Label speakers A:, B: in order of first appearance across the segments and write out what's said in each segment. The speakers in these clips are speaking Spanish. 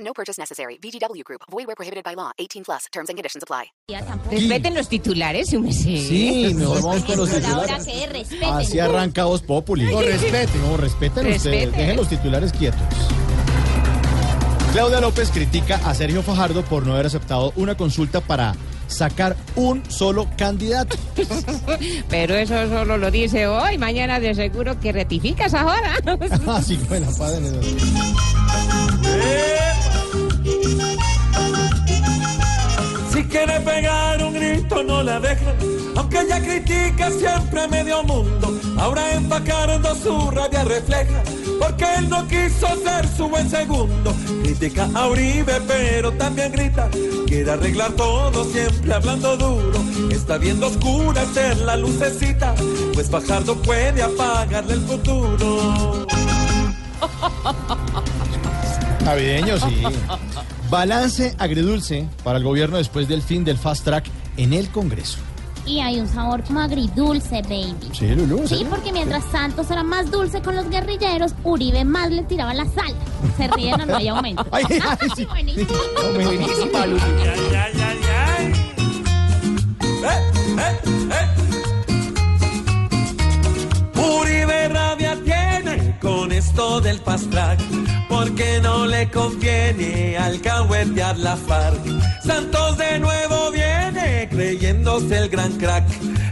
A: No purchase necessary. VGW Group. Void where prohibited by law. 18 plus. Terms and conditions apply.
B: Respeten los titulares, humese.
C: Sí, mejor vamos con los
D: Es la hora
C: titulares.
D: que respeten.
C: Así arranca Voz Populi. No, respeten. No, respeten ustedes.
B: Respeten.
C: Dejen los titulares quietos. Claudia López critica a Sergio Fajardo por no haber aceptado una consulta para sacar un solo candidato.
B: Pero eso solo lo dice hoy. Mañana de seguro que ratificas ahora.
C: Así fue la Ah, padre.
E: Si quiere pegar un grito no la dejan, aunque ella critica siempre a medio mundo. Ahora empacando su rabia refleja, porque él no quiso ser su buen segundo. Critica a Uribe pero también grita, quiere arreglar todo siempre hablando duro. Está viendo oscura ser la lucecita, pues Fajardo puede apagarle el futuro.
C: Navideño, sí. Balance agridulce para el gobierno después del fin del fast track en el Congreso.
D: Y hay un sabor como agridulce, baby.
C: Sí, Lulú.
D: Sí, porque mientras Santos era más dulce con los guerrilleros, Uribe más le tiraba la sal. Se ríen o no hay aumento.
C: Ay, ay, sí.
D: Buenísimo.
C: Buenísima, Lulú.
E: ay, ay, ay, ay. Eh, eh, eh. Uribe rabia tiene con esto del fast track, porque no le conviene alcahuetear la FARC. Santos de nuevo viene creyéndose el gran crack,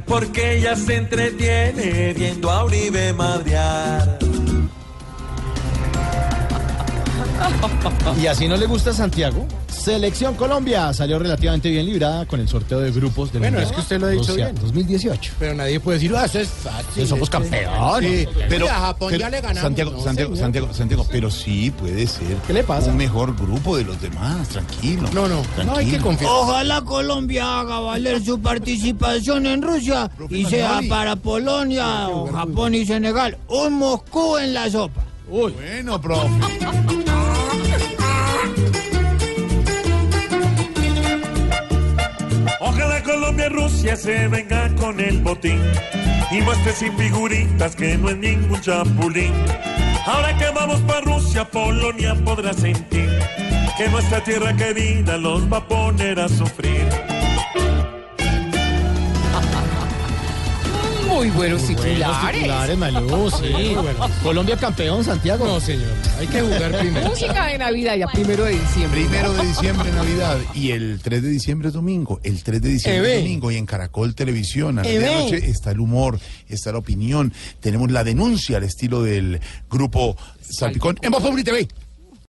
E: porque ella se entretiene viendo a Uribe madrear.
C: Y así no le gusta Santiago. Selección Colombia salió relativamente bien librada con el sorteo de grupos del
F: Bueno,
C: Mundial
F: es que usted lo ha dicho bien.
C: 2018.
F: Pero nadie puede decir, ah, eso es fácil.
C: Que somos
F: este". Sí,
C: campeones.
F: pero a Japón ya le ganamos.
G: Santiago,
F: No,
G: Santiago,
F: señor.
G: Santiago, Santiago, pero sí puede ser.
C: ¿Qué le pasa?
G: Un mejor grupo de los demás, tranquilo.
F: No, no, no hay que
G: tranquilo.
F: confiar.
H: Ojalá Colombia haga valer su participación en Rusia y sea para Polonia, o Japón y Senegal. Un Moscú en la sopa.
G: Bueno, profe.
E: Ojalá Colombia y Rusia se vengan con el botín y muestre sin figuritas que no es ningún chapulín. Ahora que vamos para Rusia, Polonia podrá sentir que nuestra tierra querida los va a poner a sufrir.
B: Muy buenos
C: Los titulares, Malú, sí. Colombia campeón, Santiago.
F: No, señor. Hay que jugar primero.
B: Música de Navidad ya primero de diciembre.
G: Primero de diciembre, Navidad. Y el 3 de diciembre es domingo. El 3 de diciembre
F: Eh, ve.
G: es domingo. Y en Caracol Televisión, a la
H: Eh, ve.
G: medianoche, está el humor, está la opinión. Tenemos la denuncia al estilo del grupo Salpicón. En Voz Populi TV.